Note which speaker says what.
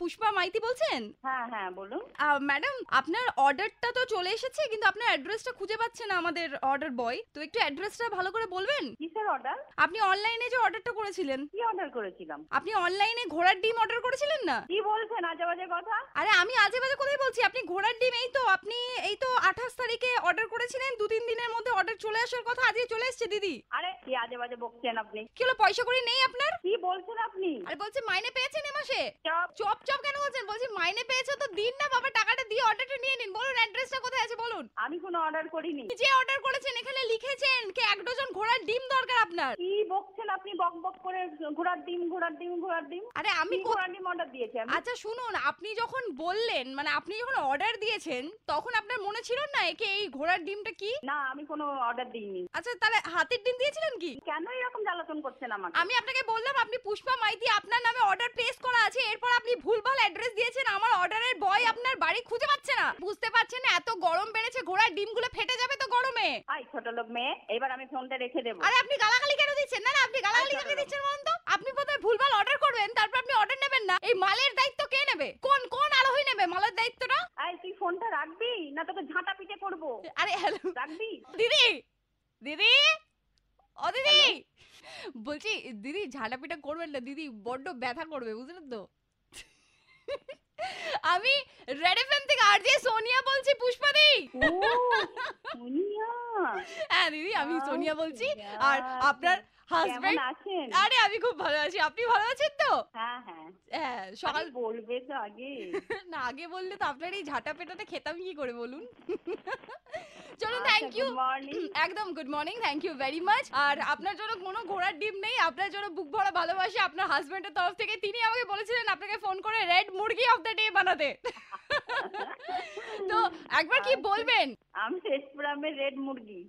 Speaker 1: পুষ্পা মাইতি বলছেন
Speaker 2: হ্যাঁ হ্যাঁ বলুন
Speaker 1: আহ, ম্যাডাম আপনার অর্ডারটা তো চলে এসেছে কিন্তু আপনার অ্যাড্রেসটা খুঁজে পাচ্ছে না আমাদের অর্ডার বয় তো একটু অ্যাড্রেসটা ভালো করে বলবেন
Speaker 2: কিসের অর্ডার
Speaker 1: আপনি অনলাইনে যে অর্ডারটা করেছিলেন
Speaker 2: কি অর্ডার করেছিলাম
Speaker 1: আপনি অনলাইনে ঘোড়ার ডিম অর্ডার করেছিলেন না
Speaker 2: কি বলছেন আজে বাজে কথা
Speaker 1: আরে আমি আজে বাজে কোথায় বলছি আপনি ঘোড়ার ডিম এই তো আপনি এই তো আঠাশ তারিখে অর্ডার করেছিলেন দু তিন দিনের মধ্যে অর্ডার চলে আসার কথা আজকে চলে এসেছে দিদি
Speaker 2: আরে কি আজে বাজে বকছেন আপনি
Speaker 1: কি হলো পয়সা করে নেই আপনার
Speaker 2: কি বলছেন আপনি
Speaker 1: আরে বলছে মাইনে পেয়েছেন এ মাসে
Speaker 2: চপ
Speaker 1: চপ চপ কেন বলছেন বলছি মাইনে পেয়েছো তো দিন না বাবা টাকাটা দিয়ে অর্ডারটা নিয়ে নিন বলুন অ্যাড্রেসটা কোথায় আছে বলুন
Speaker 2: আমি কোনো অর্ডার করিনি
Speaker 1: যে অর্ডার করেছেন এখানে লিখেছেন কে এক ডজন ঘোড়ার ডিম দরকার আপনার
Speaker 2: কি বকছেন আপনি বক বক করে ঘোড়ার ডিম ঘোড়ার ডিম ঘোড়ার ডিম
Speaker 1: আরে
Speaker 2: আমি
Speaker 1: আমি কো-
Speaker 2: ঘোড়ার ডিম অর্ডার দিয়েছি আমি
Speaker 1: আচ্ছা শুনুন আপনি যখন বললেন মানে আপনি যখন অর্ডার দিয়েছেন তখন আপনার মনে ছিল না একে এই ঘোড়ার ডিমটা কি
Speaker 2: না আমি কোনো অর্ডার দিইনি
Speaker 1: আচ্ছা তাহলে হাতের ডিম দিয়েছিলেন কি
Speaker 2: কেন এরকম জ্বালাতন করছেন আমাকে
Speaker 1: আমি আপনাকে বললাম আপনি পুষ্পা মাইতি আপনার নামে অর্ডার প্লেস করা আছে এরপর আপনি ভুলভাল অ্যাড্রেস দিয়েছেন আমার অর্ডারের বয় আপনার বাড়ি খুঁজে পাচ্ছে না বুঝতে পারছেন না, এত গরম বেড়েছে ঘোড়ার ডিমগুলো ফেটে যাবে তো গরমে
Speaker 2: আই ছোট লোক মেয়ে এবার আমি ফোনটা রেখে দেবো
Speaker 1: আরে আপনি গালাগালি কেন দিচ্ছেন না না আপনি গালাগালি
Speaker 2: আচ্ছা,
Speaker 1: কেন
Speaker 2: দাঁড়াও।
Speaker 1: দিচ্ছেন বলুন তো আপনি প্রথমে ভুলভাল অর্ডার করবেন তারপর আপনি অর্ডার নেবেন না এই মালের দায়িত্ব কে নেবে কোন কোন আরোহী নেবে মালের দায়িত্বটা
Speaker 2: আই তুই ফোনটা রাখবি না তোকে ঝাঁটা পিটে করবো
Speaker 1: আরে হ্যালো
Speaker 2: রাখবি
Speaker 1: দিদি দিদি ও দিদি বলছি দিদি ঝাঁটাপিটা করবেন না দিদি বড্ড ব্যথা করবে বুঝলেন তো আমি রেড এফএম থেকে আর যে সোনিয়া বলছি পুষ্পাদি
Speaker 2: ও সোনিয়া
Speaker 1: হ্যাঁ দিদি আমি
Speaker 2: আহ,
Speaker 1: সোনিয়া বলছি আর
Speaker 2: সোনিয়া।
Speaker 1: আপনার
Speaker 2: কেমন
Speaker 1: হাজবেন্ড
Speaker 2: আছেন
Speaker 1: আরে আমি খুব ভালো আছি আপনি ভালো আছেন তো
Speaker 2: হ্যাঁ হ্যাঁ
Speaker 1: হ্যাঁ সকাল
Speaker 2: সকাল বলবে তো আগে
Speaker 1: না আগে বললে তো আপনার এই ঝাঁটা পেটাতে খেতাম কি করে বলুন চলুন
Speaker 2: আচ্ছা,
Speaker 1: থ্যাংক ইউ
Speaker 2: মর্নিং
Speaker 1: একদম good morning thank you very much আর আপনার জন্য কোনো ঘোড়ার ডিম নেই আপনার জন্য বুক ভরা ভালোবাসা আপনার হাজবেন্ডের তরফ থেকে তিনি আমাকে বলেছিলেন আপনাকে ফোন করে রেড মুরগি অফ দ্য ডে বানাতে তো একবার কি বলবেন
Speaker 2: আমি শেষপুরামের রেড মুরগি